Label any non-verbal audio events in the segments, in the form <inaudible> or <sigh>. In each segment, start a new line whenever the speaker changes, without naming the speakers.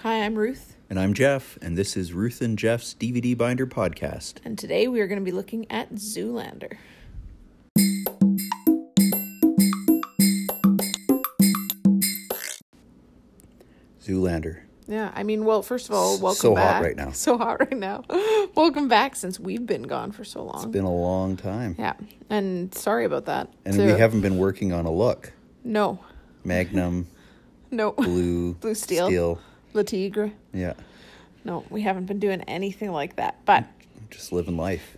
Hi, I'm Ruth,
And I'm Jeff, and this is Ruth and Jeff's DVD Binder Podcast.
and today we are going to be looking at Zoolander.
Zoolander.
Yeah, I mean, well, first of all,
S-
welcome
so hot
back.
right now.
<laughs> So hot right now. welcome back since we've been gone for so long.
It's been a long time.
yeah, and sorry about that.
And
too.
we haven't been working on a look.
no,
Magnum,
no, <laughs>
blue,
Blue Steel. La Tigre.
Yeah.
No, we haven't been doing anything like that. But
Just living life.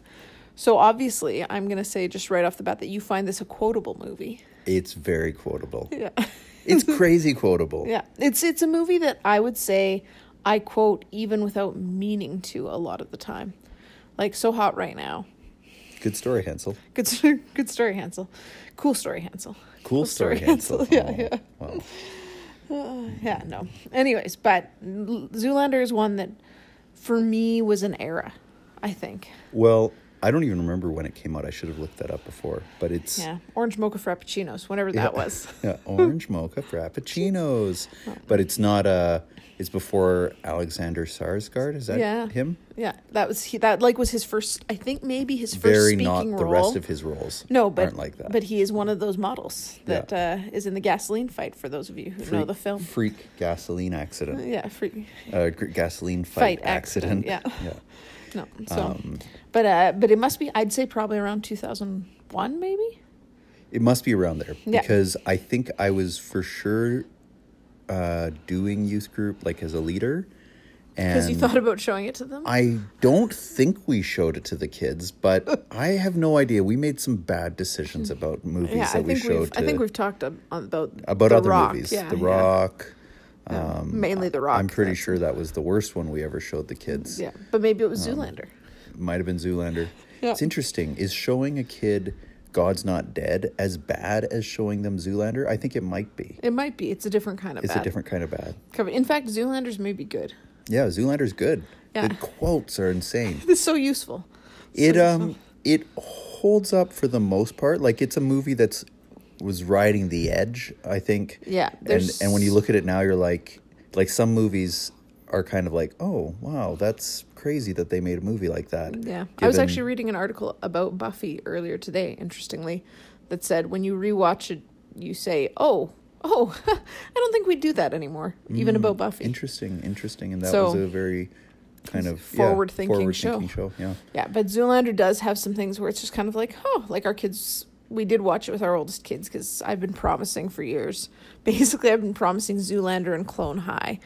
so obviously, I'm going to say just right off the bat that you find this a quotable movie. <laughs>
It's very quotable.
Yeah. <laughs>
It's crazy quotable.
Yeah, it's it's a movie that I would say I quote even without meaning to a lot of the time. Like so hot right now.
Good story, Hansel.
Good s- <laughs> good story, Hansel. Cool story, Hansel.
Cool story, Hansel.
<laughs> Yeah,
Oh,
yeah,
Wow.
yeah. No. Anyways, but L- Zoolander is one that for me was an era. I think.
Well, I don't even remember when it came out. I should have looked that up before. But it's
Yeah, orange mocha frappuccinos, whenever that was.
<laughs> yeah, orange mocha frappuccinos.
<laughs>
But it's not uh it's before Alexander Sarsgaard. Is that
Yeah.
him?
Yeah, that was he, that like was his first. I think maybe his first
Very
speaking
not the
role.
rest of his roles.
No, but
aren't like that.
But he is one of those models that uh, is in the gasoline fight. For those of you who know the film,
Freak gasoline accident.
yeah, free.
Uh, gr- gasoline
Fight
fight,
accident, yeah.
<laughs> yeah.
No, so,
Um,
but uh, but it must be. I'd say probably around two thousand one, maybe.
It must be around there
Yeah.
because I think I was for sure uh, doing youth group like as a leader.
Because
And
you thought about showing it to them.
I don't think we showed it to the
<laughs>
kids, but I have no idea. We made some bad decisions about movies
yeah,
that
I
we
think we
showed
have I
to-
think we've talked ab- about
about
The
other
Rock,
movies.
yeah,
the
yeah.
Rock.
mainly The Rock.
I'm pretty
that's-
sure that was the worst one we ever showed the kids.
Yeah, but maybe it was
Um,
Zoolander.
Might have been Zoolander.
<laughs> Yeah.
It's interesting. Is showing a kid God's Not Dead as bad as showing them Zoolander? I think it might be.
It might be. It's a different kind of
It's
bad
a different kind of bad.
cover. In fact, Zoolander's may be good. <laughs>
Yeah, Zoolander's good.
Yeah.
The quotes are insane.
It's so useful.
It um it holds up for the most part. Like it's a movie that's was riding the edge, I think.
Yeah,
And
there's-
and when you look at it now you're like like some movies are kind of like, "Oh, wow, that's crazy that they made a movie like that."
Yeah. I was
Given-
actually reading an article about Buffy earlier today, interestingly, that said when you rewatch it, you say, oh, oh, <laughs> I don't think we do that anymore, even
Hmm,
about Buffy.
interesting, interesting and that
So-
was a very kind of yeah,
Forward-thinking
forward-thinking show. Yeah.
Yeah, but Zoolander does have some things where it's just kind of like, oh, like our kids, we did watch it with our oldest kids because I've been promising for years. <laughs> Basically, I've been promising Zoolander and Clone High.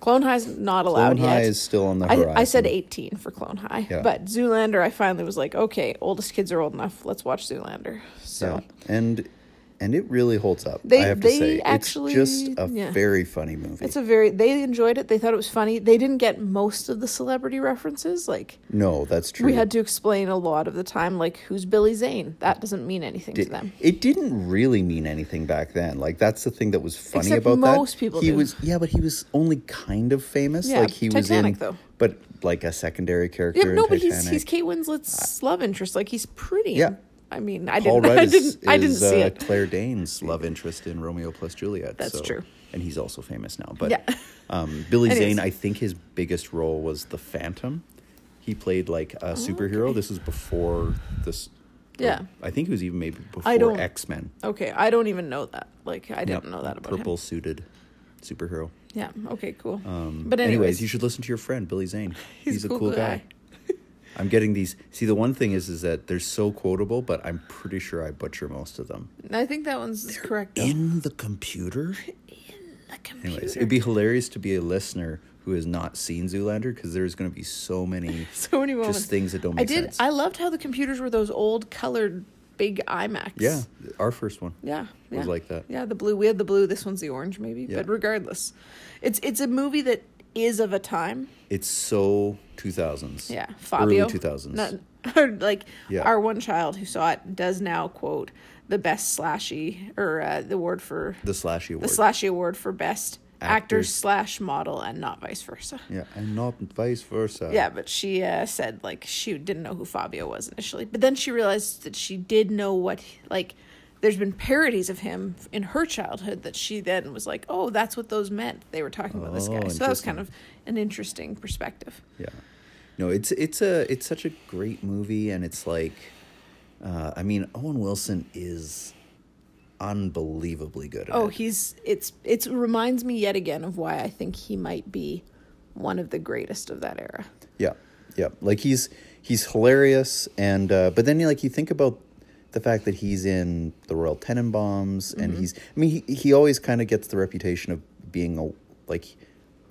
Clone High's not allowed
Clone High
yet.
is still on the horizon.
I, I said 18 for Clone High,
Yeah.
but Zoolander, I finally was like, okay, oldest kids are old enough. Let's watch Zoolander. So,
Yeah. And and it really holds up.
They-
I have
they
to say,
actually-
it's just a
yeah.
very funny movie.
It's a very they enjoyed it. They thought it was funny. They didn't get most of the celebrity references. Like
no, that's true.
we had to explain a lot of the time, like who's Billy Zane? That doesn't mean anything to them.
It didn't really mean anything back then. Like that's the thing that was funny
Except
about that.
most people
he
do.
was yeah, but he was only kind of famous.
Yeah,
like he
Titanic,
was in
though.
but like a secondary character
Yeah,
in
no, but
Titanic.
he's he's Kate Winslet's love interest. Like he's pretty.
Yeah.
I mean, I
Paul
didn't, <laughs>
Rudd
I
is,
didn't, I didn't
is,
see
uh,
it.
Claire Danes' love interest in Romeo plus Juliet.
That's
so-
true.
And he's also famous now. But
Yeah.
<laughs> um, Billy
Anyways.
Zane, I think his biggest role was the Phantom. He played like a superhero. This was before this.
Oh, Yeah.
I think it was even maybe
I don't-
before X Men.
Okay, I don't even know that. Like I didn't know that about
Purple
him.
suited superhero.
Yeah. Okay. Cool.
Um,
but anyways,
you should listen to your friend Billy Zane.
<laughs> He's
He's, a cool, guy. <laughs> I'm getting these. See, the one thing is, is that they're so quotable, but I'm pretty sure I butcher most of them.
I think that one's correct. though.
In
<laughs>
the computer.
The computer.
Anyways, it'd <laughs> be hilarious to be a listener who has not seen Zoolander because there's going to be
<laughs>
so many.
so many moments.
things that don't
I
make
did.
sense.
I loved how the computers were those old colored big IMAX.
yeah, our first one.
Yeah, yeah.
Was like that.
Yeah, the blue. We had the blue. This one's the orange, maybe.
Yeah.
But regardless, it's it's a movie that is of a time.
It's so 2000s.
Yeah, Fabio.
Early 2000s.
Not, <laughs> like
Yeah.
our one child who saw it does now quote the best slashy or uh, the award for
the slashy
the
award.
slashy award for best actor
Actors.
slash model and not vice versa.
yeah, and not vice versa.
Yeah, but she uh, said like she didn't know who Fabio was initially, but then she realized that she did know what he- like there's been parodies of him in her childhood that she then was like, "Oh, that's what those meant." They were talking about this
Oh,
guy. So that was
interesting.
kind of an interesting perspective.
Yeah. No, it's it's a it's such a great movie, and it's like, uh, I mean, Owen Wilson is unbelievably good. At
Oh,
it.
he's it's it's reminds me yet again of why I think he might be one of the greatest of that era.
yeah, yeah. Like he's he's hilarious, and uh, but then you like you think about the fact that he's in the Royal Tenenbaums, and
Mm-hmm.
he's I mean he he always kind of gets the reputation of being a like,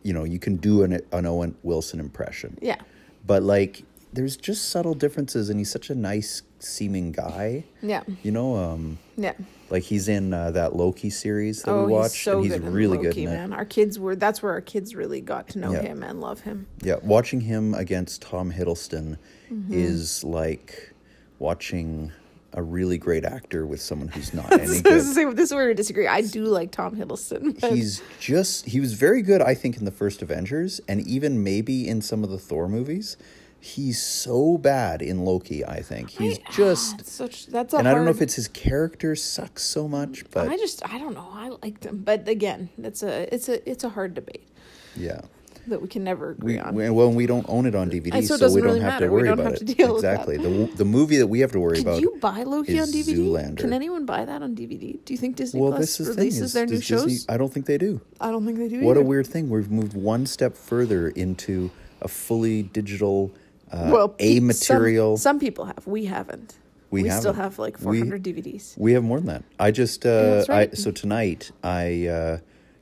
you know, you can do an an Owen Wilson impression.
Yeah.
but like there's just subtle differences, and he's such a nice seeming guy.
Yeah.
You know, um,
Yeah.
Like he's in uh, that Loki series that
oh,
we watched,
he's so
and he's
good in
really
Loki,
good in it.
man. Our kids were that's where our kids really got to know
Yeah.
him and love him.
Yeah, watching him against Tom Hiddleston
Mm-hmm.
is like watching a really great actor with someone
<laughs>
who's not any
So
good.
this is- this is where we disagree. I do like Tom Hiddleston. but-
He's just he was very good, I think, in the first Avengers, and even maybe in some of the Thor movies. He's so bad in Loki. I think he's
I- ah,
just,
it's such that's a
and I don't know
hard-
if it's his character sucks so much, but
I just I don't know. I liked him, but again, it's a it's a it's a hard debate
yeah.
that we can never agree
We,
on.
we, well, we don't own it on DVD,
And so
so,
it doesn't
we don't
really
have
matter.
to
We
worry
don't
about
have
it.
to deal with that.
exactly. The the movie that we have to worry about.
Did you buy Loki
is
on DVD? Can
Zoolander.
anyone buy that on DVD? Do you think Disney
well,
Plus
this is the thing,
releases
is-
their new
does Disney-
shows?
I don't think they do.
I don't think they do.
What a
either.
weird thing. We've moved one step further into a fully digital, uh,
pe-
a
some-
material.
Some, people have. We haven't.
We
still
haven't.
have like
We-
400 DVDs.
We have more than that. I just uh,
that's right.
I, so tonight I uh,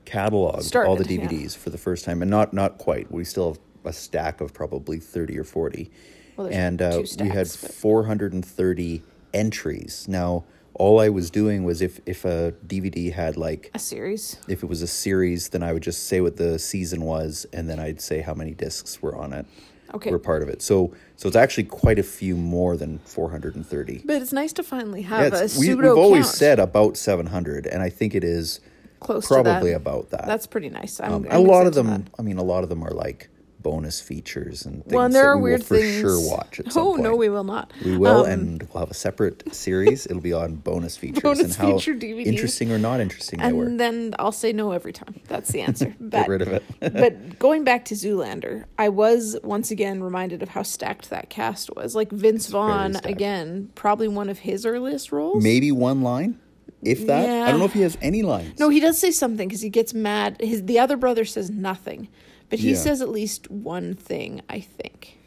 cataloged all the
Started, yeah.
DVDs for the first time, and not not quite. We still have a stack of probably thirty or forty,
Well, there's
and uh,
two
we had
stacks, but-
four hundred and thirty entries. Now all I was doing was if if a DVD had like
A series.
if it was a series, then I would just say what the season was, and then I'd say how many discs were on it.
Okay.
were part of it. So so it's actually quite a few more than four hundred and thirty.
But it's nice to finally
Yeah,
have a
it's- we,
pseudo
have always
count
said about 700 and i think it is
close
probably
to that.
about that
That's pretty nice. I'm,
um,
I'm
a
excited
lot of
for
them
that.
i mean a lot of them are like bonus features and things
Well, and there
that
are
we
weird
will for
things.
sure
<laughs>
watch at some
oh
point
no, we will not.
we will
Um,
and we'll have a separate series it'll be on bonus features and
Bonus
how
feature DVDs.
interesting or not interesting they were
and then I'll say no every time. That's the answer.
<laughs> get
But-
rid of it
<laughs> but going back to Zoolander, I was once again reminded of how stacked that cast was. Like Vince Vaughn,
stacked.
again, probably one of his earliest roles.
maybe one line if that i
Yeah.
don't know if he has any lines
No, he does say something because he gets mad. His the other brother says nothing, but he
Yeah.
says at least one thing. I think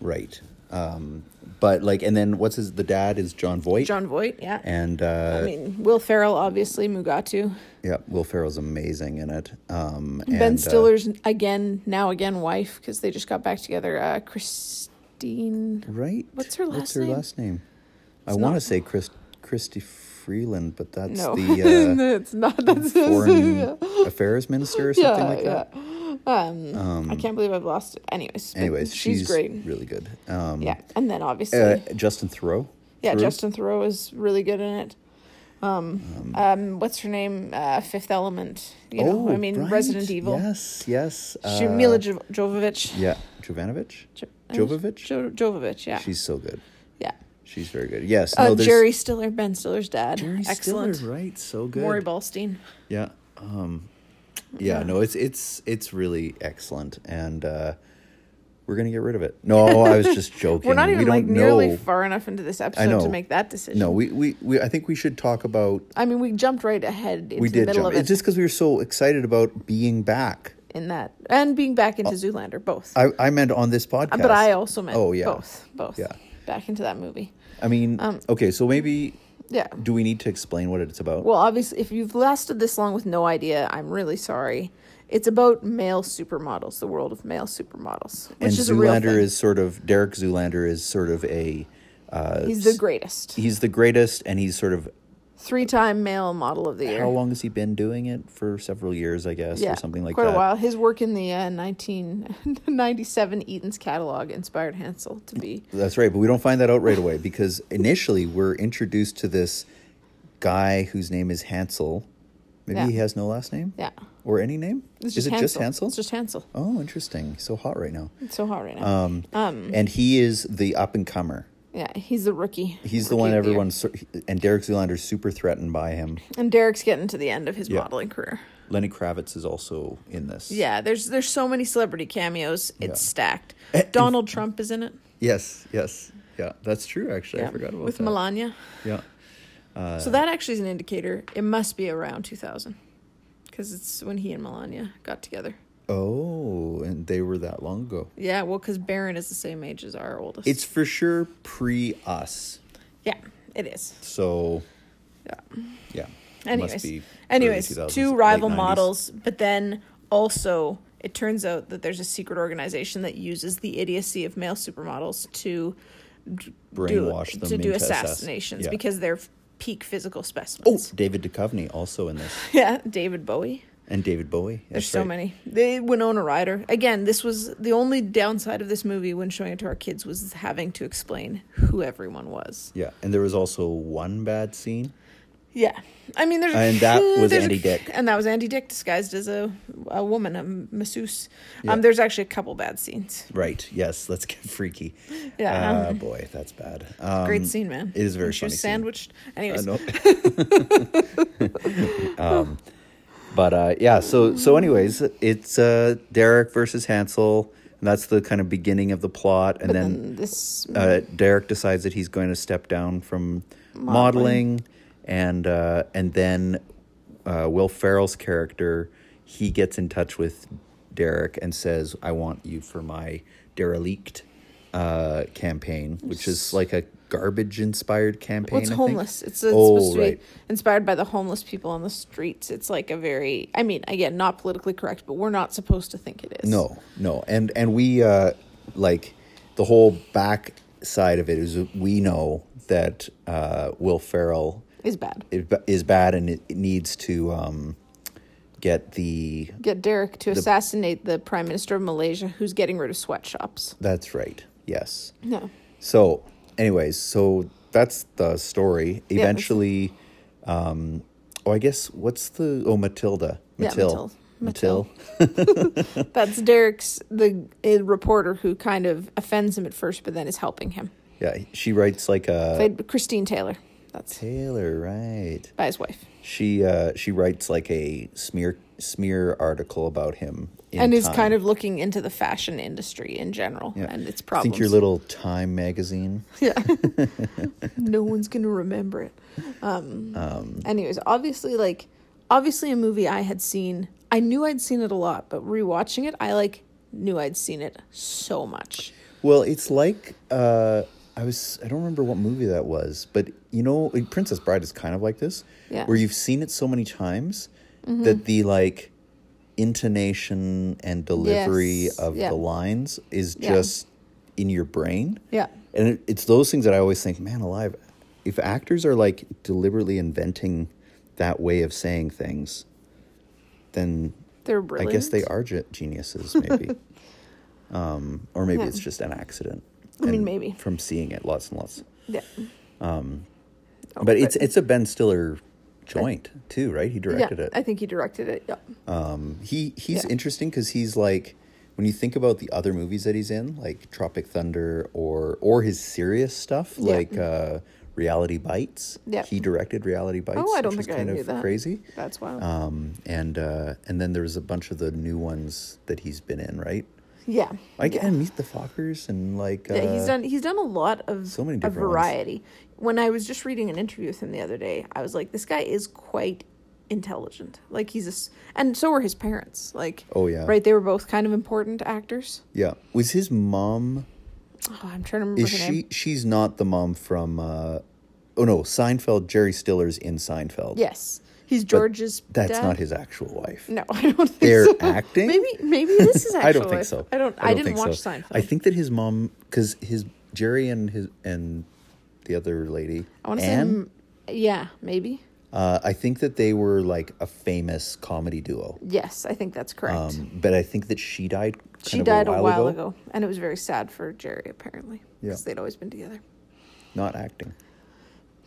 right um but like and then what's his the dad is john voight
John Voight. Yeah,
and uh
I mean Will Ferrell, obviously Mugatu,
Yeah, Will Ferrell's amazing in it. Um, and,
Ben
uh,
Stiller's again now again wife because they just got back together. Uh, Christine.
right?
What's her
What's
last
her
name?
last name? I
It's
want to
not-
say Chris, Christy Freeland, but that's
No, <laughs>
the
it's not. That's
uh, foreign affairs minister or something like that.
Yeah. Um, I can't believe I've lost it. Anyways, but
Anyways,
she's, great.
really good. Um,
Yeah, and then obviously,
uh, Justin Thoreau.
yeah,
Theroux?
Justin Thoreau is really good in it. Um, um, what's her name? Uh, Fifth Element. You know, I mean,
Oh, right.
Resident Evil.
Yes, yes.
She,
uh,
Mila jo- Jovovich.
yeah, Jovanovic.
Jo-
Jovovich.
Jo- Jovovich. Yeah.
She's so good.
yeah.
She's very good. Yes.
Uh,
no, there's
Jerry Stiller, Ben Stiller's dad.
Jerry
Excellent.
Stiller, right? So good.
Maury Ballstein.
Yeah. Um, yeah, no, it's it's it's really excellent, and uh, we're gonna get rid of it. No, I was just
<laughs>
joking.
We're not
we
even
don't
like
know.
nearly far enough into this episode
know.
to make that decision.
no, we, we we I think we should talk about.
I mean, we jumped right ahead into
We
the
did
middle of
jump.
it.
It's just because we were so excited about being back.
in that and being back into Zoolander, both.
I, I meant on this podcast,
Uh, but I also meant
Uh, Oh yeah,
both, Um, both.
Yeah.
Back into that movie.
I mean, okay, so maybe
Yeah.
do we need to explain what it's about?
Well, obviously, if you've lasted this long with no idea, I'm really sorry. It's about male supermodels, the world of male supermodels, which
and
is a real
Zoolander
thing.
is sort of Derek Zoolander is sort of a uh,
He's the greatest,
he's the greatest, and he's sort of
three-time male model of the year.
How long has he been doing it? For several years, I guess, or something like
quite
that.
a while. His work in the uh, <laughs> 1997 Eaton's catalog inspired Hansel to be
That's right, but we don't find that out right away because initially we're introduced to this guy whose name is Hansel. Maybe
Yeah.
he has no last name?
yeah.
Or any name?
It's
is it just Hansel?
It's just Mm. Hansel.
oh, interesting. He's so hot right now.
It's so hot right now.
Um, and he is the up and comer.
Yeah, he's the rookie.
He's the
Rookie
one
of year.
everyone, and Derek Zoolander's super threatened by him.
And Derek's getting to the end of his
Yeah.
modeling career.
Lenny Kravitz is also in this.
Yeah, there's there's so many celebrity cameos. It's
Yeah. Eh,
stacked. Donald Trump is in it.
Yes, yes. Yeah, that's true, actually. I forgot about
with
that. Uh,
Melania.
Yeah.
so that actually is an indicator. It must be around 2000 because it's when he and Melania got together.
Oh, and they were that long ago.
Yeah, well, because Baron is the same age as our oldest.
It's for sure pre us.
yeah, it is.
So,
Yeah.
yeah. it must
Anyways,
be early
anyways,
2000s,
two
late
rival
90s.
models, but then also it turns out that there's a secret organization that uses the idiocy of male supermodels to
brainwash
do,
them
to do
into assass-
assassinations
yeah.
because they're f- peak physical
oh,
specimens.
David Duchovny also in this,
<laughs> Yeah, David Bowie.
and David Bowie.
There's
Oh. That's
so
right.
many. They Winona Ryder. Again, this was the only downside of this movie when showing it to our kids was having to explain who everyone was.
Yeah, and there was also one bad scene.
Yeah, I mean, there's <laughs>
And that was
there's a-
Andy Dick.
and that was Andy Dick disguised as a a woman, a masseuse.
Yeah.
Um, there's actually a couple bad scenes.
Right. Yes. Let's get freaky.
Yeah.
Ah, boy, that's bad. Um,
Great scene, man.
It is a very
When She
funny.
was
scene.
sandwiched.
I
Anyways,
know. um, <laughs> but uh, yeah, so so anyways, it's uh, Derek versus Hansel, and that's the kind of beginning of the plot, and then,
and mm, this
uh, Derek decides that he's going to step down from modeling, and uh, and then uh, Will Ferrell's character he gets in touch with Derek and says, "I want you for my derelict." Uh, campaign, which is like a garbage-inspired campaign.
Well, it's
I think.
homeless. It's, it's
Oh,
supposed to
right.
be inspired by the homeless people on the streets. It's like a very, I mean, again, not politically correct, but we're not supposed to think it is.
No, no, and and we uh, like the whole back side of it is we know that uh, Will Ferrell
Is bad.
is ba- is bad and it it needs to um, get the.
Get Derek to assassinate the prime minister of Malaysia who's getting rid of sweatshops.
That's right. Yes.
No.
So, anyways, so that's the story.
that's-
Eventually, um, oh, I guess what's the oh Matilda
Yeah,
Matil
Matil.
Matil
That's Derek's, the uh, reporter who kind of offends him at first, but then is helping him.
yeah she writes like a
Played by Christine Taylor. That's
Taylor right
by his wife.
She uh, she writes like a smear smear article about him, in
and is
Time.
kind of looking into the fashion industry in general
Yeah.
and its
I
problems.
think your little Time magazine.
Yeah. no one's going to remember it. Um, anyways, obviously like obviously a movie I had seen. I knew I'd seen it a lot, but rewatching it, I like knew I'd seen it so much.
Well, it's like uh, I was I don't remember what movie that was, but you know, like, Princess Bride is kind of like this,
Yeah. Mm-hmm.
where you've seen it so many times that the like intonation and delivery
Yes,
of
yeah.
the lines is
Yeah.
just in your brain.
Yeah.
And it, it's those things that I always think, man, alive. If actors are like deliberately inventing that way of saying things, then
They're brilliant.
I guess they are ge- geniuses,
<laughs>
maybe. um, or maybe it's just an accident.
I mean,
and
maybe.
from seeing it lots and lots.
Yeah.
but, it's it's a Ben Stiller joint too, right? He
Oh, Yeah,
directed
I
it.
think he directed it. Yeah.
Um, he he's
Yeah.
interesting because he's like when you think about the other movies that he's in, like Tropic Thunder or or his serious stuff,
Yeah.
like uh, Reality Bites.
Yeah.
He directed Reality Bites.
Oh, I don't
which
think
was
I
kind
knew
of
that. Oh.
crazy.
That's wild.
Um, and uh, and then there was a bunch of the new ones that he's been in, right?
yeah.
Like and Meet the Fockers and like uh,
Yeah, he's done he's done a lot of
so many
of
different ones.
variety. When I was just reading an interview with him the other day, I was like, this guy is quite intelligent. Like he's a s and so were his parents. Like
Oh, yeah.
right. They were both kind of important actors.
Yeah, was his mom?
Oh, I'm trying to remember
Is
her
she?
name.
She's not the mom from. Uh, oh no, Seinfeld. Jerry Stiller's in Seinfeld.
Yes, he's George's.
that's
dad.
not his actual wife.
No, <laughs> I don't think
They're
so.
acting?
Maybe maybe this is. Actual
<laughs> I don't think
life.
so.
I don't. I, didn't
think
watch
so.
Seinfeld.
I think that his mom, because his Jerry and his and the other lady,
I want to say.
Anne.
m- Yeah, maybe.
Uh, I think that they were like a famous comedy duo.
Yes, I think that's correct.
Um, but I think that she died. Kind
she
of
died a while, ago. and it was very sad for Jerry apparently
Yeah.
because they'd always been together.
Not acting.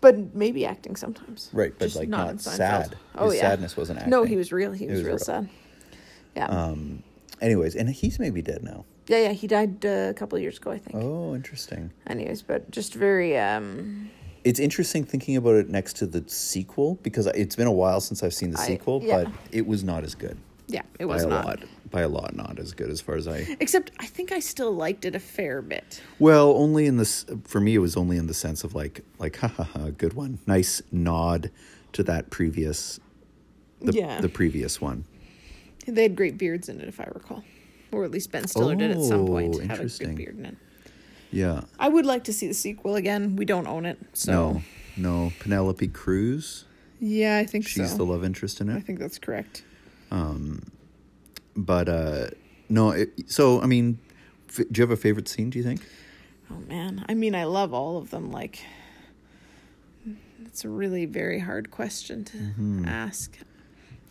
but maybe acting sometimes.
Right, but, like, not
in Seinfeld. Oh,
sad. His sadness wasn't
No,
acting.
he was real. He was,
was
real,
real.
sad. Yeah,
Um, Anyways, and he's maybe dead now.
Yeah, yeah, he died uh, a couple of years ago, I think.
Oh, interesting.
Anyways, but just very um
It's interesting thinking about it next to the sequel because it's been a while since I've seen the
I-
sequel,
yeah.
but it was not as good.
yeah, it was
by a
not.
lot. By a lot, not as good as far
<laughs>
as I.
Except I think I still liked it a fair bit.
Well, only in this for me, it was only in the sense of like, like, ha ha ha, good one, nice nod to that previous, the,
Yeah.
the previous one.
They had great beards in it if I recall. Or at least Ben Stiller did at some point
Oh,
have a good
interesting.
beard in it.
Yeah.
I would like to see the sequel again. We don't own it. So
No, no, Penelope Cruz.
Yeah, I think
She's
so.
the love interest in
I
it.
think that's correct.
But uh no, it, so I mean, f- do you have a favorite scene? Do you think?
Oh man, I mean, I love all of them. Like, it's a really very hard question to ask. I
Mm-hmm.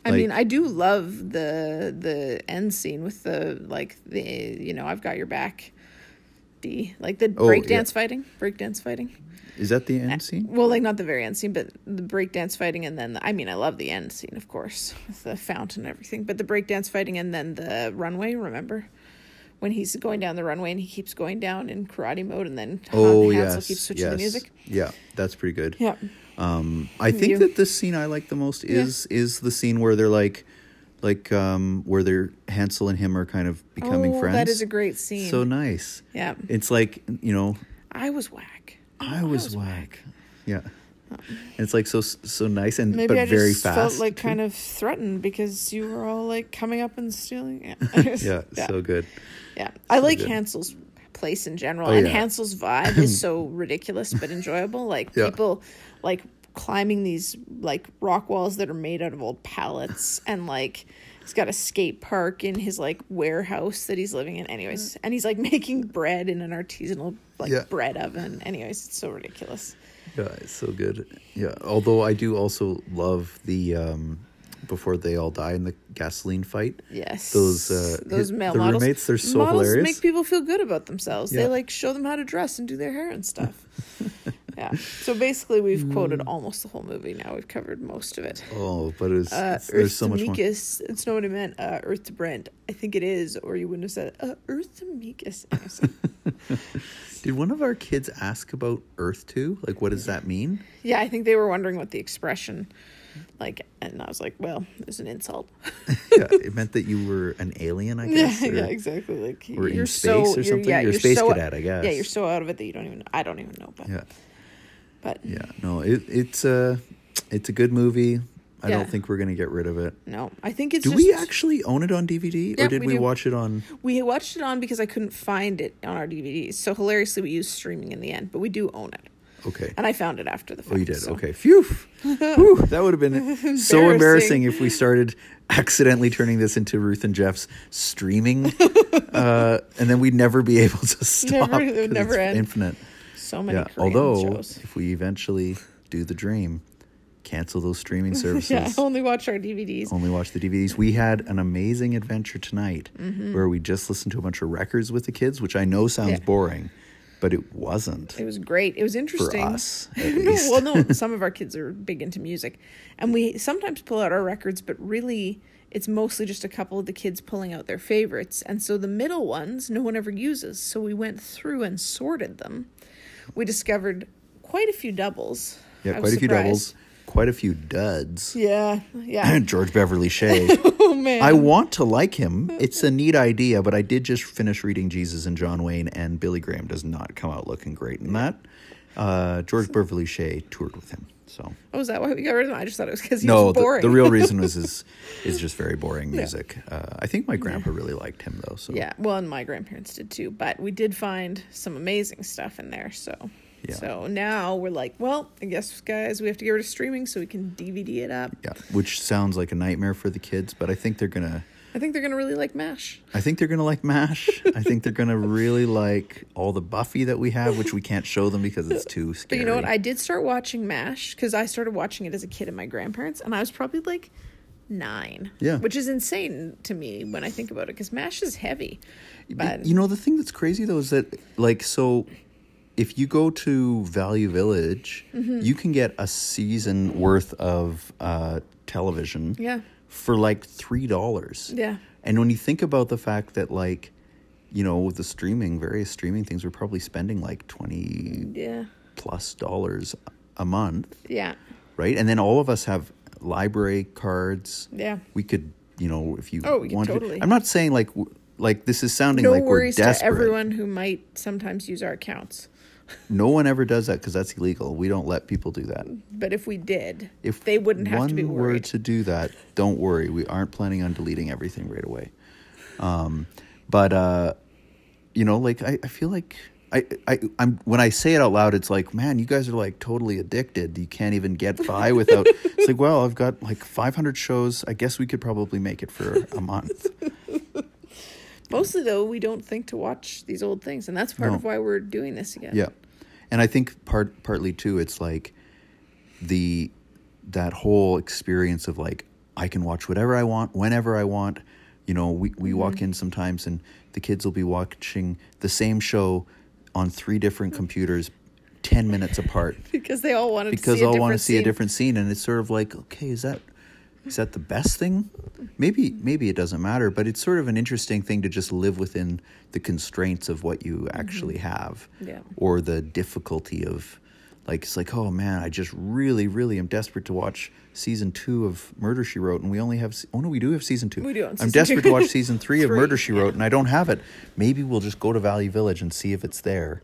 Like-
mean, I do love the the end scene with the like the you know I've got your back, D like the
Oh, yeah.
breakdance fighting, breakdance fighting.
Is that the end scene?
Well, like not the very end scene, but the breakdance fighting, and then the, I mean, I love the end scene, of course, with the fountain and everything. But the breakdance fighting, and then the runway. Remember when he's going down the runway and he keeps going down in karate mode, and then Han-
Oh
Hansel
yes,
keeps switching
yes.
the music.
Yeah, that's pretty good.
Yeah,
Um, I think
You-
that the scene I like the most is is the scene where they're like, like um, where they're Hansel and him are kind of becoming
oh,
friends.
That is a great scene.
So nice.
yeah,
It's like you know,
I was whack.
I was whack. Yeah. It's like so so nice and
Maybe
but
I just
very fast.
felt like kind of threatened because you were all like coming up and stealing. <laughs> Yeah,
<laughs> yeah, so good.
Yeah, I like
good.
Hansel's place in general,
Oh,
and
yeah.
Hansel's vibe is
<clears throat>
so ridiculous but enjoyable. Like
Yeah.
people like climbing these like rock walls that are made out of old pallets, and like he's got a skate park in his like warehouse that he's living in. Anyways, and he's like <laughs> making bread in an artisanal like
Mm. Yeah.
bread oven. Anyways, it's so ridiculous.
Yeah, it's so good. Yeah, although I do also love the um before they all die in the gasoline fight.
Yes,
Those, uh,
those
hi-
male
the
models.
roommates, they're so
models
hilarious.
Make people feel good about themselves. They
Yeah.
like show them how to dress and do their hair and
<laughs>
stuff. yeah. So basically, we've
Hmm.
quoted almost the whole movie. Now we've covered most of it.
Oh, but it's,
Uh,
it's-
Earth
there's so
to
much more.
Meekus. It's not what I meant. Uh, Earth to Brent. I think it is, or you wouldn't have said uh, Earth to
<laughs>
Meekus. Anyways,
Did one of our kids ask about Earth 2? Like what does
<laughs>
that mean?
yeah, I think they were wondering what the expression, like, and I was like, well, it's an
<laughs>
insult.
yeah, it meant that you were an alien,
<laughs>
I
yeah,
guess. or-
yeah, exactly. Like
or in
you're
space
so
or
you're-
something?
yeah,
You're a space
so,
cadet, I
Yeah,
guess.
you're so out of it that you don't even. I don't even know. But
yeah.
but
Yeah. No, it it's a it's a good movie. I
Yeah.
don't think we're going to get rid of it.
no, I think it's
Do
just,
we actually own it on DVD
Yeah,
or did
we
we,
do.
watch it on
we watched it on because I couldn't find it on our DVDs. So hilariously, we used streaming in the end, but we do own it,
Okay.
and I found it after the fact.
Oh, you did.
so-
Okay. Phew.
<laughs>
Whew. That would have been so
Embarrassing.
embarrassing if we started accidentally turning this into Ruth and Jeff's
<laughs>
streaming, uh, and then we'd never be able to stop.
Never- it would
'cause
never
it's
end.
Infinite.
So many.
Yeah.
Korean
Although,
shows. <laughs>
if we eventually do the dream, cancel those streaming services.
<laughs> yeah, I only watch our DVDs.
Only watch the DVDs. We had an amazing adventure tonight where we just listened to a bunch of records with the kids, which I know sounds
Mm-hmm. Yeah.
boring, but it wasn't
It was great. It was interesting.
us, at
no, <laughs>
least.
well,
<laughs>
no, some of our kids are big into music, and we sometimes pull out our records, but really, it's mostly just a couple of the kids pulling out their favorites, and so the middle ones no one ever uses. So we went through and sorted them. We discovered quite a few doubles.
Yeah,
I
quite
was
a few
surprised.
doubles, quite a few duds. <clears throat>
Yeah, yeah.
George Beverly Shea.
oh man.
I want to like him. It's a neat idea, but I did just finish reading Jesus and John Wayne, and Billy Graham does not come out looking great in that. Uh, George Beverly Shea toured with him, so
oh, is that why we got rid of him? I just thought it was because he
no.
was
The,
boring.
the real
<laughs>
reason was is is just very boring music. Uh, I think my grandpa really liked him though. So
Yeah, well, and my grandparents did too, but we did find some amazing stuff in there. So,
Yeah.
so now we're like, well, I guess guys, we have to get rid of streaming so we can DVD it up.
yeah, which sounds like a nightmare for the kids, but I think they're gonna.
I think they're gonna really like Mash.
I think they're gonna like Mash. I think they're
<laughs>
gonna really like all the Buffy that we have, which we can't show them because it's too
But
scary.
you know what? I did start watching Mash because I started watching it as a kid at my grandparents, and I was probably like nine.
Yeah.
which is insane to me when I think about it because Mash is heavy. But
you know the thing that's crazy though is that like so if you go to value village
Mm-hmm.
you can get a season worth of uh television
Yeah.
for like three dollars
Yeah.
And when you think about the fact that like, you know, with the streaming, various streaming things, we're probably spending like twenty
Yeah.
plus dollars a month,
Yeah.
right? And then all of us have library cards.
Yeah.
We could, you know, if you
Oh, we could
wanted to-
totally.
I'm not saying like w- like this is sounding
No
like we're
worries to
desperate.
everyone who might sometimes use our accounts.
No one ever does that because that's illegal. We don't let people do that.
But if we did,
If
they wouldn't have to be
one were
worried.
to do that, don't worry. We aren't planning on deleting everything right away. Um, but uh, you know, like I, I feel like I, I, I'm when I say it out loud, it's like, man, you guys are like totally addicted. You can't even get by without. it's like, well, I've got like 500 shows. I guess we could probably make it for a month.
Mostly though, we don't think to watch these old things, and that's part
No.
of why we're doing this again.
Yeah, and I think part partly too, it's like the that whole experience of like I can watch whatever I want whenever I want. You know, we we walk in sometimes, and the kids will be watching the same show on three different computers, ten minutes apart,
<laughs> Because they all wanted to
because
see a
all want to
different
see a
scene.
different scene, and it's sort of like, okay, is that is that the best thing? Maybe maybe it doesn't matter, but it's sort of an interesting thing to just live within the constraints of what you actually have,
Mm-hmm. Yeah.
or the difficulty of, like, it's like, oh man, I just really, really am desperate to watch season two of Murder She Wrote, and we only have, se- oh no, we do have season two.
We do have
I'm
season two.
desperate to
<laughs>
watch season three of
Three,
Murder She Wrote, and I don't have it. Maybe we'll just go to Valley Village and see if it's there.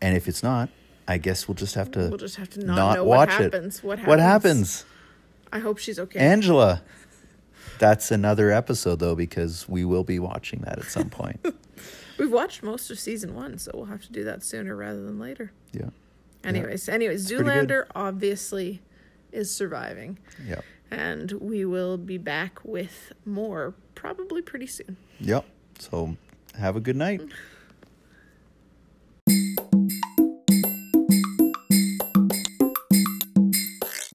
And if it's not, I guess we'll just have to
We'll just have to not know what happens,
it.
what
What
happens.
happens?
I hope she's okay.
Angela. That's another episode though because we will be watching that at some
<laughs>
point.
We've watched most of season one, so we'll have to do that sooner rather than later.
yeah.
Anyways, anyways,
pretty good.
Zoolander obviously is surviving,
Yep.
and we will be back with more probably pretty soon.
Yep. So have a good night.